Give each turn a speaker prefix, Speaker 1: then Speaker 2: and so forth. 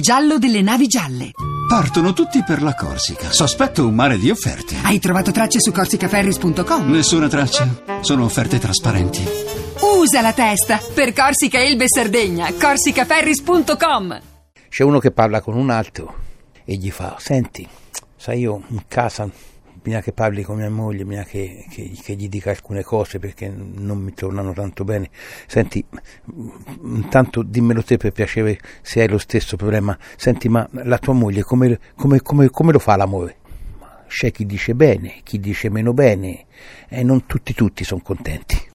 Speaker 1: giallo delle navi gialle.
Speaker 2: Partono tutti per la Corsica. Sospetto un mare di offerte.
Speaker 1: Hai trovato tracce su corsicaferris.com?
Speaker 2: Nessuna traccia. Sono offerte trasparenti.
Speaker 1: Usa la testa per Corsica Elbe e Sardegna. corsicaferris.com
Speaker 3: C'è uno che parla con un altro e gli fa: Senti, sai, io in casa bisogna che parli con mia moglie, bisogna che, che- che gli dica alcune cose perché non mi tornano tanto bene. Senti, mm, intanto dimmelo te per piacere se hai lo stesso problema. Senti, ma la tua moglie come, come- come- come lo fa l'amore? C'è chi dice bene, chi dice meno bene, e non tutti, tutti sono contenti.